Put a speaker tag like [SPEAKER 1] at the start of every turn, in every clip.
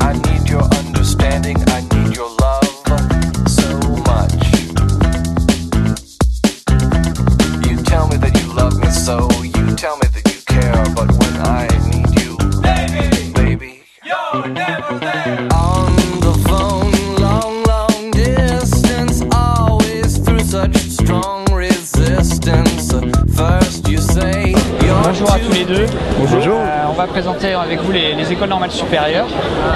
[SPEAKER 1] I need your understanding. I need your love so much. You tell me that you love me so. You tell me that you care. But when I need you, baby, baby, on the phone, long, long distance, always through such strong resistance. First you say you're
[SPEAKER 2] Bonjour à tous les deux.
[SPEAKER 3] Bonjour.
[SPEAKER 2] Euh, on va présenter avec vous les, les écoles normales supérieures.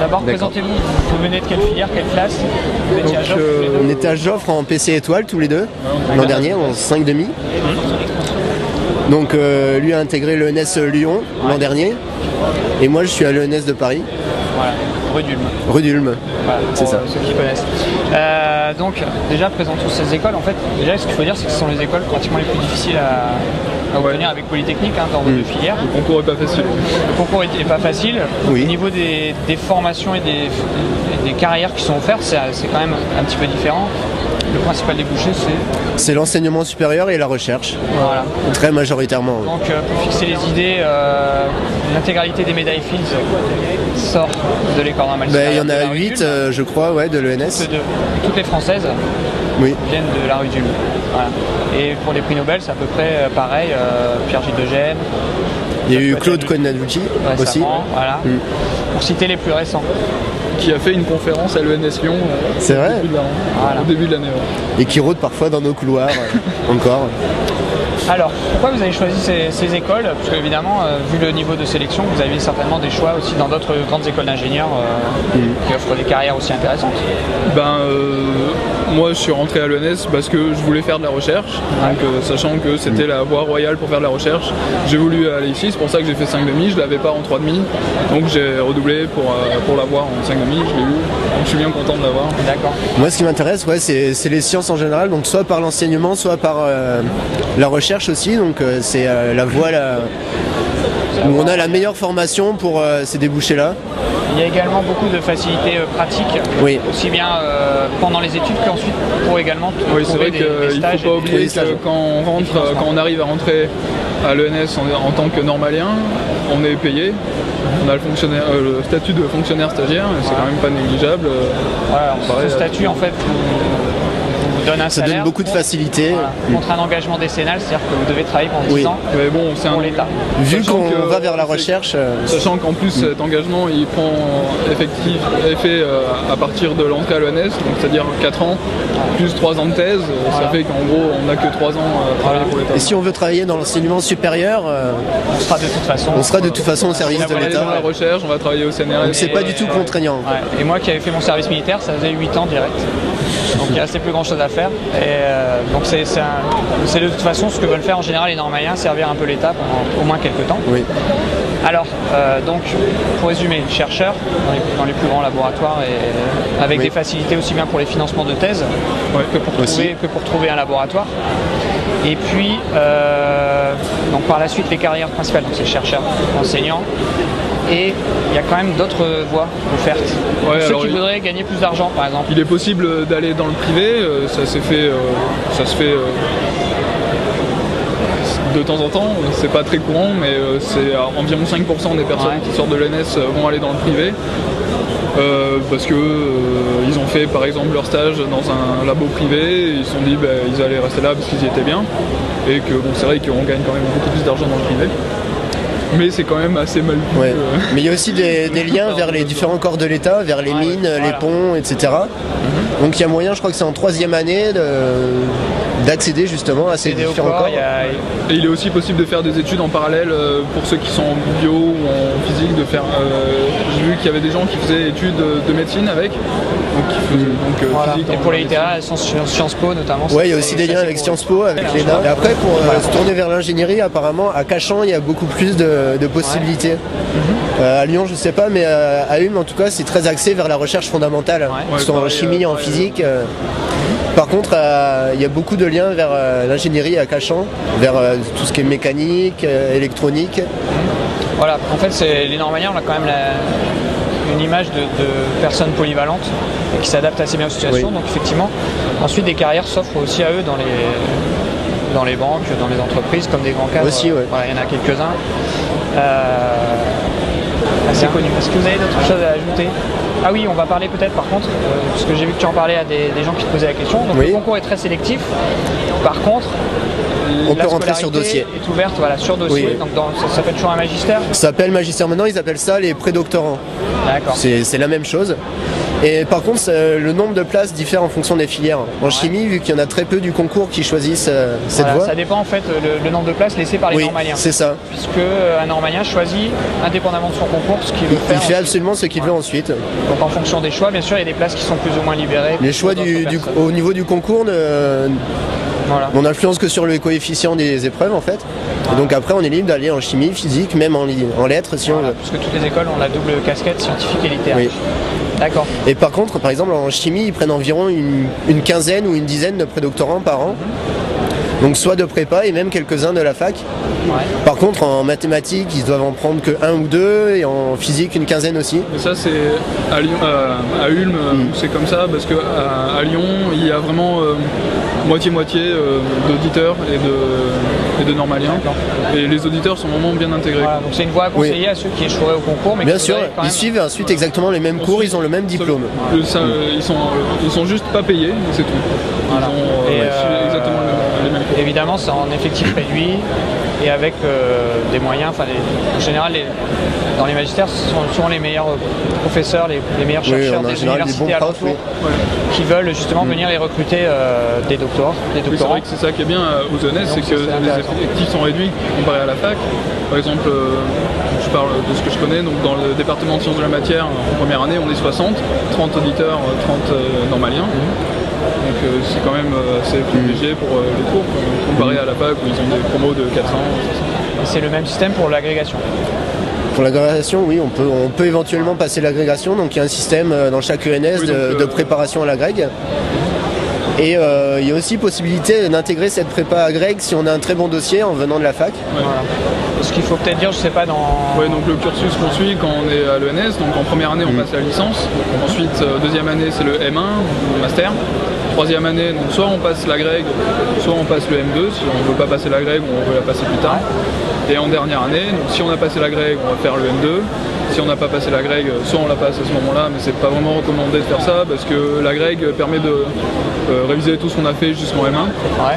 [SPEAKER 2] D'abord, présentez-vous. Vous venez de quelle filière, quelle classe Vous étiez à
[SPEAKER 3] Donc,
[SPEAKER 2] Joffre, tous les
[SPEAKER 3] euh,
[SPEAKER 2] deux.
[SPEAKER 3] on était à Joffre en PC étoile tous les deux l'an dernier en 5 demi.
[SPEAKER 2] Mhm.
[SPEAKER 3] Donc euh, lui a intégré l'ENS Lyon l'an dernier et moi je suis à l'ENS de Paris,
[SPEAKER 2] Voilà, rue d'Ulm.
[SPEAKER 3] rue d'Ulm.
[SPEAKER 2] Voilà,
[SPEAKER 3] C'est
[SPEAKER 2] pour,
[SPEAKER 3] ça.
[SPEAKER 2] euh, ceux qui connaissent. Euh, donc, déjà, présentons ces écoles. En fait, déjà, ce qu'il faut dire, c'est que ce sont les écoles pratiquement les plus difficiles à, à obtenir avec Polytechnique hein, dans vos deux filières.
[SPEAKER 4] Le concours est pas facile.
[SPEAKER 2] Le concours n'est pas facile.
[SPEAKER 3] Oui.
[SPEAKER 2] Au niveau des, des formations et des, et des carrières qui sont offertes, c'est c'est quand même un petit peu différent. Le principal débouché, c'est.
[SPEAKER 3] C'est l'enseignement supérieur et la recherche,
[SPEAKER 2] Voilà.
[SPEAKER 3] très majoritairement.
[SPEAKER 2] Donc euh, pour fixer les idées, euh, l'intégralité des médailles Fields sort de l'école normale.
[SPEAKER 3] Ben, Il y en
[SPEAKER 2] supérieure de
[SPEAKER 3] a
[SPEAKER 2] la rue
[SPEAKER 3] 8
[SPEAKER 2] d'Ulm.
[SPEAKER 3] je crois ouais, de l'ENS.
[SPEAKER 2] Toutes les deux. Toutes les françaises
[SPEAKER 3] Oui.
[SPEAKER 2] viennent de la rue d'Ulm. Voilà. Et pour les prix Nobel, c'est à peu près euh, pareil. euh, Pierre Gilles de Gênes,
[SPEAKER 3] Il y a eu Claude Conaducci
[SPEAKER 2] récemment,
[SPEAKER 3] aussi. Mm.
[SPEAKER 2] voilà. Pour citer les plus récents.
[SPEAKER 4] Qui a fait une conférence à l'ENS Lyon euh,
[SPEAKER 3] C'est
[SPEAKER 4] au
[SPEAKER 3] vrai
[SPEAKER 4] début de l'année.
[SPEAKER 2] Voilà.
[SPEAKER 4] Au début de l'année, ouais.
[SPEAKER 3] Et qui rôde parfois dans nos couloirs euh, encore.
[SPEAKER 2] Alors, pourquoi vous avez choisi ces, ces écoles Parce que évidemment, euh, vu le niveau de sélection, vous avez certainement des choix aussi dans d'autres grandes écoles d'ingénieurs euh,
[SPEAKER 3] Mm.
[SPEAKER 2] qui offrent des carrières aussi intéressantes.
[SPEAKER 4] Ben, euh, moi, je suis rentré à l'ENS parce que je voulais faire de la recherche. Donc, euh, sachant que c'était la voie royale pour faire de la recherche, j'ai voulu aller ici. C'est pour ça que j'ai fait 5,5. Je l'avais pas en 3,5. Donc, j'ai redoublé pour, euh, pour l'avoir en 5,5. Je l'ai eu. Donc, je suis bien content de l'avoir.
[SPEAKER 2] D'accord.
[SPEAKER 3] Moi, ce qui m'intéresse, ouais, c'est c'est les sciences en général, donc soit par l'enseignement, soit par euh, la recherche aussi. Donc, euh, c'est euh, la voie là, où on a la meilleure formation pour euh, ces débouchés-là.
[SPEAKER 2] Il y a également beaucoup de facilités euh, pratiques,
[SPEAKER 3] Oui.
[SPEAKER 2] aussi bien euh, pendant les études qu'ensuite pour également t-
[SPEAKER 4] Oui, c'est
[SPEAKER 2] trouver des,
[SPEAKER 4] vrai
[SPEAKER 2] des
[SPEAKER 4] qu'il ne
[SPEAKER 2] stages.
[SPEAKER 4] faut pas
[SPEAKER 2] et des-
[SPEAKER 3] des
[SPEAKER 4] oublier
[SPEAKER 3] stages.
[SPEAKER 4] que quand on, rentre,
[SPEAKER 2] Des
[SPEAKER 4] euh, quand on arrive à rentrer à l'ENS en, en tant que normalien, on est payé. On a le, fonctionnaire, euh, le statut de fonctionnaire stagiaire, et c'est quand même pas négligeable. euh,
[SPEAKER 2] Voilà, alors,
[SPEAKER 4] Pareil,
[SPEAKER 2] ce
[SPEAKER 4] euh,
[SPEAKER 2] statut en fait vous, vous donne un
[SPEAKER 3] Ça
[SPEAKER 2] salaire.
[SPEAKER 3] donne beaucoup de
[SPEAKER 2] contre-
[SPEAKER 3] facilité.
[SPEAKER 2] voilà, contre un engagement décennal, c'est-à-dire que vous devez travailler pendant 10
[SPEAKER 3] Oui.
[SPEAKER 2] ans
[SPEAKER 4] Mais bon, c'est un
[SPEAKER 2] pour l'État.
[SPEAKER 3] Vu
[SPEAKER 4] Sachant
[SPEAKER 3] qu'on
[SPEAKER 4] que-
[SPEAKER 3] va vers la
[SPEAKER 4] c'est-
[SPEAKER 3] recherche, euh,
[SPEAKER 4] Sachant qu'en plus cet engagement il prend effectif, effet euh, à partir de l'entrée à l'ENS, donc c'est-à-dire 4 ans, plus 3 ans de thèse, euh, ça fait qu'en gros on n'a que 3 ans à travailler pour l'État.
[SPEAKER 3] et si on veut travailler dans l'enseignement supérieur, euh,
[SPEAKER 2] On sera de toute façon.
[SPEAKER 3] on sera de toute façon au service de
[SPEAKER 4] On va aller dans la
[SPEAKER 3] l'État.
[SPEAKER 4] recherche, on va travailler au CNRS.
[SPEAKER 3] Donc, c'est pas du tout contraignant.
[SPEAKER 2] Ouais. Et moi qui avais fait mon service militaire, ça faisait 8 ans direct. Donc il restait plus grand chose à faire. Et euh, donc c'est c'est un- c'est de toute façon ce que veulent faire en général les Normaliens, servir un peu l'État pendant au moins quelques temps.
[SPEAKER 3] Oui.
[SPEAKER 2] Alors, euh, donc, pour résumer, chercheur dans les, dans les plus grands laboratoires et euh, avec
[SPEAKER 3] Oui.
[SPEAKER 2] des facilités aussi bien pour les financements de thèse que, pour
[SPEAKER 3] aussi.
[SPEAKER 2] trouver, que pour trouver un laboratoire. Et puis, euh, donc par la suite, les carrières principales, donc c'est chercheur, enseignant. Et il y a quand même d'autres voies offertes. Pour
[SPEAKER 4] Ouais,
[SPEAKER 2] Ceux
[SPEAKER 4] alors,
[SPEAKER 2] qui
[SPEAKER 4] il-
[SPEAKER 2] voudraient gagner plus d'argent, par exemple.
[SPEAKER 4] Il est possible d'aller dans le privé, euh, ça s'est fait, euh, ça se fait euh, de temps en temps, c'est pas très courant, mais euh, c'est à environ 5% des personnes
[SPEAKER 2] Ouais.
[SPEAKER 4] qui sortent de l'ENS euh, vont aller dans le privé. euh, parce que euh, ils ont fait par exemple leur stage dans un labo privé, ils se sont dit bah, ils allaient rester là parce qu'ils y étaient bien, et que bon c'est vrai qu'on gagne quand même beaucoup plus d'argent dans le privé, mais c'est quand même assez mal vu.
[SPEAKER 3] Ouais.
[SPEAKER 4] euh.
[SPEAKER 3] Mais il y a aussi des, des liens vers les différents corps de l'État, vers les
[SPEAKER 2] Ouais,
[SPEAKER 3] mines,
[SPEAKER 2] ouais.
[SPEAKER 3] les
[SPEAKER 2] Voilà. Mhm.
[SPEAKER 3] ponts, etc. Donc il y a moyen, je crois que c'est en troisième année, de- d'accéder justement à ces
[SPEAKER 2] Aider au
[SPEAKER 3] différents
[SPEAKER 2] corps,
[SPEAKER 3] corps.
[SPEAKER 2] il y a-
[SPEAKER 4] Et il est aussi possible de faire des études en parallèle euh, pour ceux qui sont en bio ou en physique. De faire, euh, j'ai vu qu'il y avait des gens qui faisaient études euh, de médecine avec, donc, qui faisaient- donc, euh,
[SPEAKER 2] Mm. voilà.
[SPEAKER 4] physique
[SPEAKER 2] Et
[SPEAKER 4] en
[SPEAKER 2] pour les
[SPEAKER 4] médecine.
[SPEAKER 2] littéraires, Sciences Po notamment.
[SPEAKER 3] Ouais, il y a
[SPEAKER 2] c'est-
[SPEAKER 3] aussi des
[SPEAKER 2] c'est
[SPEAKER 3] liens
[SPEAKER 2] assez
[SPEAKER 3] avec
[SPEAKER 2] cool.
[SPEAKER 3] Sciences Po, avec
[SPEAKER 2] Ouais,
[SPEAKER 3] l'ENA.
[SPEAKER 2] je-
[SPEAKER 3] Et après, pour euh,
[SPEAKER 2] Voilà.
[SPEAKER 3] se tourner vers l'ingénierie, apparemment, à Cachan, il y a beaucoup plus de, de possibilités. Euh, à Lyon, je sais pas, mais euh, à Hume, en tout cas, c'est très axé vers la recherche fondamentale,
[SPEAKER 2] Ouais.
[SPEAKER 3] que ce soit
[SPEAKER 4] Ouais,
[SPEAKER 3] en
[SPEAKER 4] pareil,
[SPEAKER 3] chimie,
[SPEAKER 4] euh,
[SPEAKER 3] en
[SPEAKER 4] pareil,
[SPEAKER 3] physique. euh. Par contre, euh, il y a beaucoup de liens vers euh, l'ingénierie à Cachan, vers euh, tout ce qui est mécanique, euh, électronique.
[SPEAKER 2] Voilà, en fait, c'est les Normaliens, on a quand même la, une image de, de personnes polyvalentes et qui s'adaptent assez bien aux situations.
[SPEAKER 3] Oui.
[SPEAKER 2] Donc effectivement, ensuite des carrières s'offrent aussi à eux dans les, dans les banques, dans les entreprises, comme des grands cadres.
[SPEAKER 3] Aussi, ouais.
[SPEAKER 2] Voilà, il y en a quelques-uns. Euh, assez connus. Est-ce que vous avez d'autres choses à ajouter ah oui, on va parler peut-être par contre, euh, parce que j'ai vu que tu en parlais à des, des gens qui te posaient la question. Donc
[SPEAKER 3] Oui.
[SPEAKER 2] le concours est très sélectif. Par contre,
[SPEAKER 3] On
[SPEAKER 2] la
[SPEAKER 3] peut rentrer sur
[SPEAKER 2] scolarité
[SPEAKER 3] dossier.
[SPEAKER 2] Est ouverte, voilà, sur dossier.
[SPEAKER 3] Oui.
[SPEAKER 2] Donc dans- ça s'appelle toujours un magistère.
[SPEAKER 3] Ça s'appelle magistère maintenant, ils appellent ça les prédoctorants.
[SPEAKER 2] D'accord.
[SPEAKER 3] C'est c'est la même chose. Et par contre, ça- le nombre de places diffère en fonction des filières. En chimie, vu qu'il y en a très peu du concours qui choisissent euh, cette
[SPEAKER 2] Voilà,
[SPEAKER 3] voie.
[SPEAKER 2] ça hein. dépend en fait le, le nombre de places laissées par les
[SPEAKER 3] oui,
[SPEAKER 2] normaliens.
[SPEAKER 3] c'est ça.
[SPEAKER 2] Puisque euh, un normalien choisit, indépendamment de son concours, ce qu'il veut
[SPEAKER 3] Il,
[SPEAKER 2] faire.
[SPEAKER 3] il fait absolument ce qu'il veut ensuite.
[SPEAKER 2] Donc en fonction des choix, bien sûr, il y a des places qui sont plus ou moins libérées.
[SPEAKER 3] Les
[SPEAKER 2] pour
[SPEAKER 3] choix
[SPEAKER 2] d'autres
[SPEAKER 3] du, du-
[SPEAKER 2] personnes.
[SPEAKER 3] au niveau du concours ne-
[SPEAKER 2] Voilà.
[SPEAKER 3] on influence que sur le coefficient des épreuves en fait. Et donc après, on est libre d'aller en chimie, physique, même en, li- en lettres si on
[SPEAKER 2] Voilà,
[SPEAKER 3] veut.
[SPEAKER 2] Parce que toutes les écoles ont la double casquette scientifique et littéraire.
[SPEAKER 3] Oui.
[SPEAKER 2] D'accord.
[SPEAKER 3] Et par contre, par exemple, en chimie, ils prennent environ une, une quinzaine ou une dizaine de prédoctorants par an.
[SPEAKER 2] Mhm.
[SPEAKER 3] Donc soit de prépa et même quelques-uns de la fac.
[SPEAKER 2] Ouais.
[SPEAKER 3] Par contre, en mathématiques, ils doivent en prendre que un ou deux, et en physique, une quinzaine aussi.
[SPEAKER 4] Et ça, c'est à, Lyon- euh, à Ulm, euh,
[SPEAKER 2] Mm.
[SPEAKER 4] c'est comme ça, parce que à, à Lyon, il y a vraiment euh, moitié-moitié euh, d'auditeurs et de, et de normaliens. Et les auditeurs sont vraiment bien intégrés.
[SPEAKER 2] Voilà, donc c'est une voie à conseiller à ceux qui échoueraient au concours, mais
[SPEAKER 3] Bien
[SPEAKER 2] qui
[SPEAKER 3] sûr,
[SPEAKER 2] voudraient quand
[SPEAKER 3] ils
[SPEAKER 2] même-
[SPEAKER 3] suivent ensuite exactement les mêmes cours, ils ont le même diplôme.
[SPEAKER 4] Le- ça, euh, ils, sont, euh, ils sont juste pas payés, c'est tout. Ils
[SPEAKER 2] Mm. Voilà.
[SPEAKER 4] ont euh,
[SPEAKER 2] Et,
[SPEAKER 4] reçu
[SPEAKER 2] euh,
[SPEAKER 4] exactement le- les mêmes cours.
[SPEAKER 2] Évidemment, c'est en effectif réduit et avec euh, des moyens. Enfin, les- en général, les- dans les magistères, ce sont souvent les meilleurs euh, professeurs, les, les meilleurs
[SPEAKER 3] Oui,
[SPEAKER 2] chercheurs
[SPEAKER 3] on a en
[SPEAKER 2] des
[SPEAKER 3] général des
[SPEAKER 2] universités
[SPEAKER 3] bons profs, Mm.
[SPEAKER 2] alentours qui veulent justement venir les recruter euh, des docteurs, des
[SPEAKER 4] Oui, c'est
[SPEAKER 2] doctorants.
[SPEAKER 4] vrai que c'est ça qui est bien euh, aux ENS, c'est
[SPEAKER 2] Donc,
[SPEAKER 4] que
[SPEAKER 2] c'est
[SPEAKER 4] les
[SPEAKER 2] intéressant.
[SPEAKER 4] effectifs sont réduits comparé à la fac. Par exemple, euh, je parle de ce que je connais, donc dans le département de sciences de la matière, en première année, on est 60, 30 auditeurs, euh, 30 euh, normaliens.
[SPEAKER 2] Mhm.
[SPEAKER 4] Donc euh, c'est quand même euh, assez privilégié pour euh, les cours, euh, comparé
[SPEAKER 2] Mhm.
[SPEAKER 4] à la fac où ils ont des promos de 400, 500.
[SPEAKER 2] Et C'est le même système pour l'agrégation.
[SPEAKER 3] Pour l'agrégation, oui, on peut, on peut éventuellement passer l'agrégation. Donc il y a un système euh, dans chaque ENS
[SPEAKER 4] Oui, donc,
[SPEAKER 3] de,
[SPEAKER 4] euh,
[SPEAKER 3] de préparation à l'agrég. Et euh, il y a aussi possibilité d'intégrer cette prépa agrég si on a un très bon dossier en venant de la fac.
[SPEAKER 2] Voilà. Et Ce qu'il faut peut-être dire, je sais pas dans.
[SPEAKER 4] Ouais, donc le cursus qu'on suit quand on est à l'ENS, donc en première
[SPEAKER 3] Mm.
[SPEAKER 4] année on passe la licence, ensuite euh, deuxième année c'est le M1, le master, troisième année donc soit on passe la grègue, soit on passe le M2, si on veut pas passer la grègue on veut la passer plus tard, et en dernière année, donc si on a passé la grègue on va faire le M2, si on n'a pas passé la grègue, soit on la passe à ce moment-là, mais c'est pas vraiment recommandé de faire ça parce que la grègue permet de euh, réviser tout ce qu'on a fait jusqu'en M1.
[SPEAKER 2] Ouais.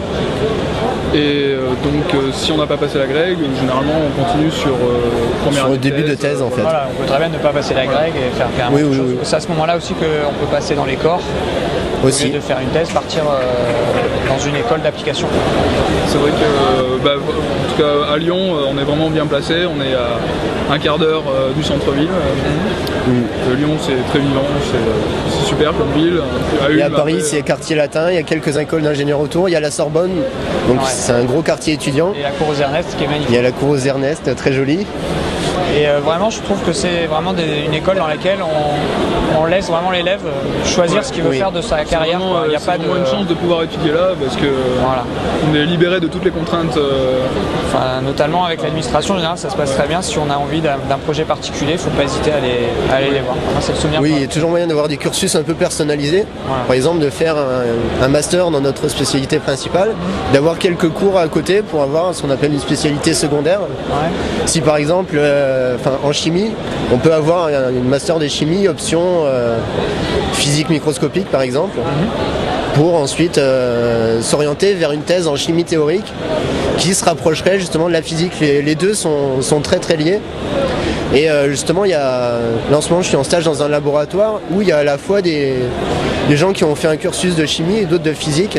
[SPEAKER 4] Et euh, donc euh, si on n'a pas passé la grègue, généralement on continue sur euh, première
[SPEAKER 3] Sur le
[SPEAKER 4] année euh,
[SPEAKER 3] début de thèse, en fait.
[SPEAKER 2] Voilà, on peut très bien ne pas passer l'agrég et faire carrément
[SPEAKER 3] Oui,
[SPEAKER 2] autre
[SPEAKER 3] oui,
[SPEAKER 2] chose.
[SPEAKER 3] oui.
[SPEAKER 2] C'est à ce moment-là aussi qu'on peut passer dans les corps. Au
[SPEAKER 3] Aussi.
[SPEAKER 2] lieu de faire une thèse, partir euh, dans une école d'application.
[SPEAKER 4] C'est vrai que, euh, bah, en tout cas à Lyon, euh, on est vraiment bien placé. On est à un quart d'heure euh, du centre-ville. Euh, euh, Lyon, c'est très vivant, c'est euh, c'est super comme ville. Euh, À bah,
[SPEAKER 3] Et
[SPEAKER 4] Ulm,
[SPEAKER 3] à Paris,
[SPEAKER 4] après,
[SPEAKER 3] c'est quartier latin, il y a quelques écoles d'ingénieurs autour, il y a la Sorbonne, donc
[SPEAKER 2] Ouais.
[SPEAKER 3] c'est un gros quartier étudiant.
[SPEAKER 2] Et la cour aux Ernest qui est magnifique.
[SPEAKER 3] Il y a la cour aux Ernest, très jolie.
[SPEAKER 2] Et euh, vraiment, je trouve que c'est vraiment des- une école dans laquelle on, on laisse vraiment l'élève euh, choisir ce qu'il veut
[SPEAKER 3] Oui.
[SPEAKER 2] faire de sa
[SPEAKER 4] c'est
[SPEAKER 2] carrière.
[SPEAKER 4] vraiment,
[SPEAKER 2] quoi.
[SPEAKER 4] euh,
[SPEAKER 2] Il n'y a
[SPEAKER 4] c'est
[SPEAKER 2] pas de.
[SPEAKER 4] vraiment une chance de pouvoir étudier là parce que euh,
[SPEAKER 2] Voilà.
[SPEAKER 4] on est libéré de toutes les contraintes. euh,
[SPEAKER 2] Enfin, notamment avec l'administration, en général, ça se passe très bien. Si on a envie d'un d'un projet particulier, il ne faut pas hésiter à aller, à aller les voir. Moi, c'est le souvenir.
[SPEAKER 3] Oui,
[SPEAKER 2] qu'on a.
[SPEAKER 3] il y a toujours moyen d'avoir des cursus un peu personnalisés.
[SPEAKER 2] Voilà.
[SPEAKER 3] Par exemple, de faire un, un master dans notre spécialité principale, d'avoir quelques cours à côté pour avoir ce qu'on appelle une spécialité secondaire.
[SPEAKER 2] Ouais.
[SPEAKER 3] Si par exemple, euh, enfin, en chimie, on peut avoir un, une master de chimie option euh, physique microscopique par exemple, pour ensuite euh, s'orienter vers une thèse en chimie théorique qui se rapprocherait justement de la physique. Les, les deux sont, sont très très liés. Et euh, justement, il y a, là en ce moment, je suis en stage dans un laboratoire où il y a à la fois des, des gens qui ont fait un cursus de chimie et d'autres de physique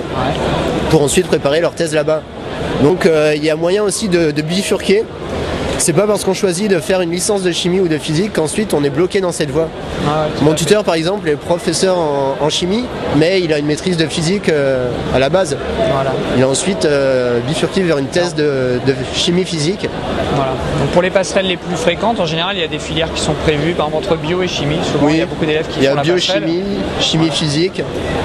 [SPEAKER 3] pour ensuite préparer leur thèse là-bas. Donc euh, il y a moyen aussi de, de bifurquer. C'est pas parce qu'on choisit de faire une licence de chimie ou de physique qu'ensuite on est bloqué dans cette voie.
[SPEAKER 2] Ah ouais, tout
[SPEAKER 3] Mon
[SPEAKER 2] à fait.
[SPEAKER 3] tuteur par exemple est professeur en, en chimie, mais il a une maîtrise de physique euh, à la base.
[SPEAKER 2] Voilà.
[SPEAKER 3] Il a ensuite euh, bifurqué vers une thèse de, de chimie physique.
[SPEAKER 2] Voilà. Donc pour les passerelles les plus fréquentes, en général, il y a des filières qui sont prévues, par exemple entre bio et chimie. Souvent, il y a beaucoup d'élèves qui
[SPEAKER 3] Il y
[SPEAKER 2] font
[SPEAKER 3] a
[SPEAKER 2] la passerelle.
[SPEAKER 3] biochimie, chimie physique,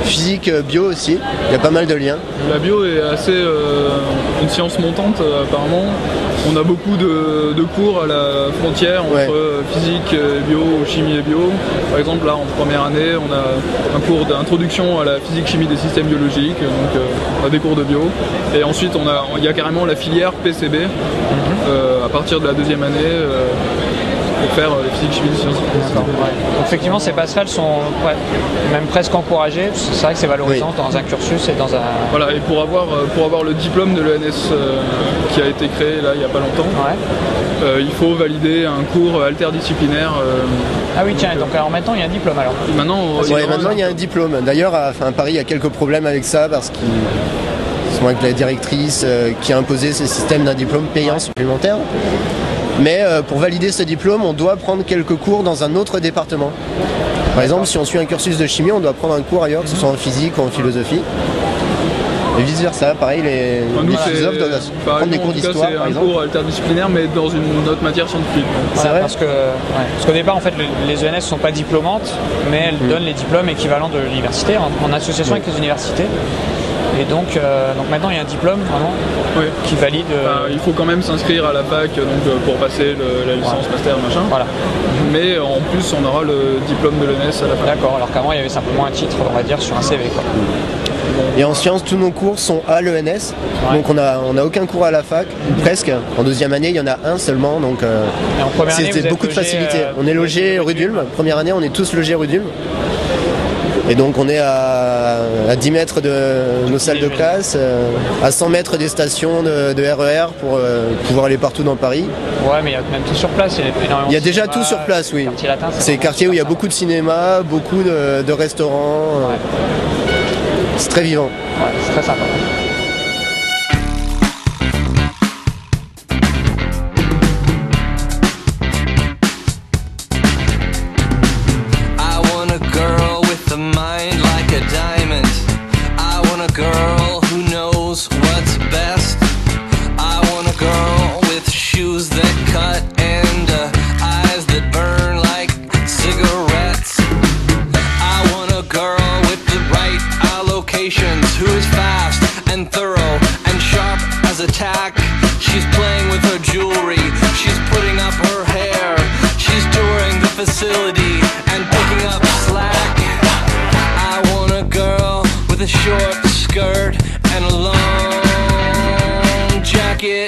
[SPEAKER 3] physique euh, bio aussi. Il y a pas mal de liens.
[SPEAKER 4] La bio est assez euh, une science montante euh, apparemment. On a beaucoup de de, de cours à la frontière entre
[SPEAKER 3] Ouais.
[SPEAKER 4] euh, physique et bio, chimie et bio. Par exemple, là, en première année, on a un cours d'introduction à la physique-chimie des systèmes biologiques, donc euh, on a des cours de bio. Et ensuite, on a, il y a carrément la filière PCB euh, à partir de la deuxième année. euh, pour faire euh, physique-chimie des sciences.
[SPEAKER 2] D'accord, ouais. Donc, Effectivement, ces passerelles sont ouais, même presque encouragées. C'est vrai que c'est valorisant dans un cursus et dans un.
[SPEAKER 4] Voilà, et pour avoir, euh, pour avoir le diplôme de l'ENS euh, qui a été créé là il n'y a pas longtemps,
[SPEAKER 2] Ouais.
[SPEAKER 4] euh, il faut valider un cours interdisciplinaire. euh,
[SPEAKER 2] Ah oui, tiens, et donc en même temps, il y a un diplôme alors.
[SPEAKER 4] maintenant, on-
[SPEAKER 3] Ouais, maintenant il y a un diplôme. D'ailleurs, à enfin, Paris, il y a quelques problèmes avec ça parce qu'ils ils sont avec la directrice euh, qui a imposé ce système d'un diplôme payant supplémentaire. Mais euh, pour valider ce diplôme, on doit prendre quelques cours dans un autre département. Par exemple, si on suit un cursus de chimie, on doit prendre un cours ailleurs, que ce soit en physique ou en philosophie. Et vice versa, pareil, les,
[SPEAKER 4] Enfin,
[SPEAKER 3] les
[SPEAKER 4] nous, c'est-
[SPEAKER 3] philosophes doivent
[SPEAKER 4] enfin,
[SPEAKER 3] prendre des
[SPEAKER 4] nous, en
[SPEAKER 3] cours
[SPEAKER 4] tout cas,
[SPEAKER 3] d'histoire,
[SPEAKER 4] C'est
[SPEAKER 3] par
[SPEAKER 4] un
[SPEAKER 3] exemple.
[SPEAKER 4] cours interdisciplinaire, mais dans une autre matière scientifique.
[SPEAKER 3] C'est
[SPEAKER 2] Ouais,
[SPEAKER 3] vrai
[SPEAKER 2] parce que ouais. parce qu'au départ en fait le- les ENS sont pas diplômantes mais elles
[SPEAKER 3] Mm.
[SPEAKER 2] donnent les diplômes équivalents de l'université en, en association avec les universités et donc, euh, donc maintenant il y a un diplôme vraiment
[SPEAKER 4] Oui.
[SPEAKER 2] qui valide
[SPEAKER 3] Ah
[SPEAKER 2] euh,
[SPEAKER 4] Enfin, il faut quand même s'inscrire à la fac donc, euh, pour passer le- la licence, master, machin.
[SPEAKER 2] voilà
[SPEAKER 4] Mais euh, en plus, on aura le diplôme de l'ENS à la fin.
[SPEAKER 2] d'accord alors qu'avant il y avait simplement un titre on va dire sur un CV quoi.
[SPEAKER 3] Et en sciences, tous nos cours sont à l'ENS. Donc on n'a on a aucun cours à la fac, presque. En deuxième année, il y en a un seulement. Donc euh,
[SPEAKER 2] Et en première année, vous
[SPEAKER 3] c'était
[SPEAKER 2] êtes
[SPEAKER 3] beaucoup de
[SPEAKER 2] logé,
[SPEAKER 3] facilité.
[SPEAKER 2] euh,
[SPEAKER 3] on est logé rue d'Ulm. Première année, on est tous logés rue d'Ulm. Et donc on est à, à 10 mètres de nos salles de classe, euh, à 100 mètres des stations de, de RER pour euh, pouvoir aller partout dans Paris.
[SPEAKER 2] ouais mais il y a même tout sur place il y a, énormément
[SPEAKER 3] Il y a
[SPEAKER 2] de
[SPEAKER 3] déjà
[SPEAKER 2] cinéma,
[SPEAKER 3] tout sur place, oui.
[SPEAKER 2] quartier latin,
[SPEAKER 3] C'est le
[SPEAKER 2] vraiment
[SPEAKER 3] quartier où il y a
[SPEAKER 2] super
[SPEAKER 3] beaucoup de cinéma, beaucoup de, de restaurants. euh,
[SPEAKER 2] Ouais.
[SPEAKER 3] C'est très vivant.
[SPEAKER 2] sympa. Ouais, c'est très sympa
[SPEAKER 1] I want a girl with a mind like a diamond. I want a girl who knows what's best. I want a girl with shoes that cut and uh, eyes that burn like cigarettes. I want a girl with the right allocations who is fast and thorough and sharp as a tack. She's playing with her jewelry, she's putting up her hair, she's touring the facility and picking up slack. I want a girl with a short skirt and a long jacket.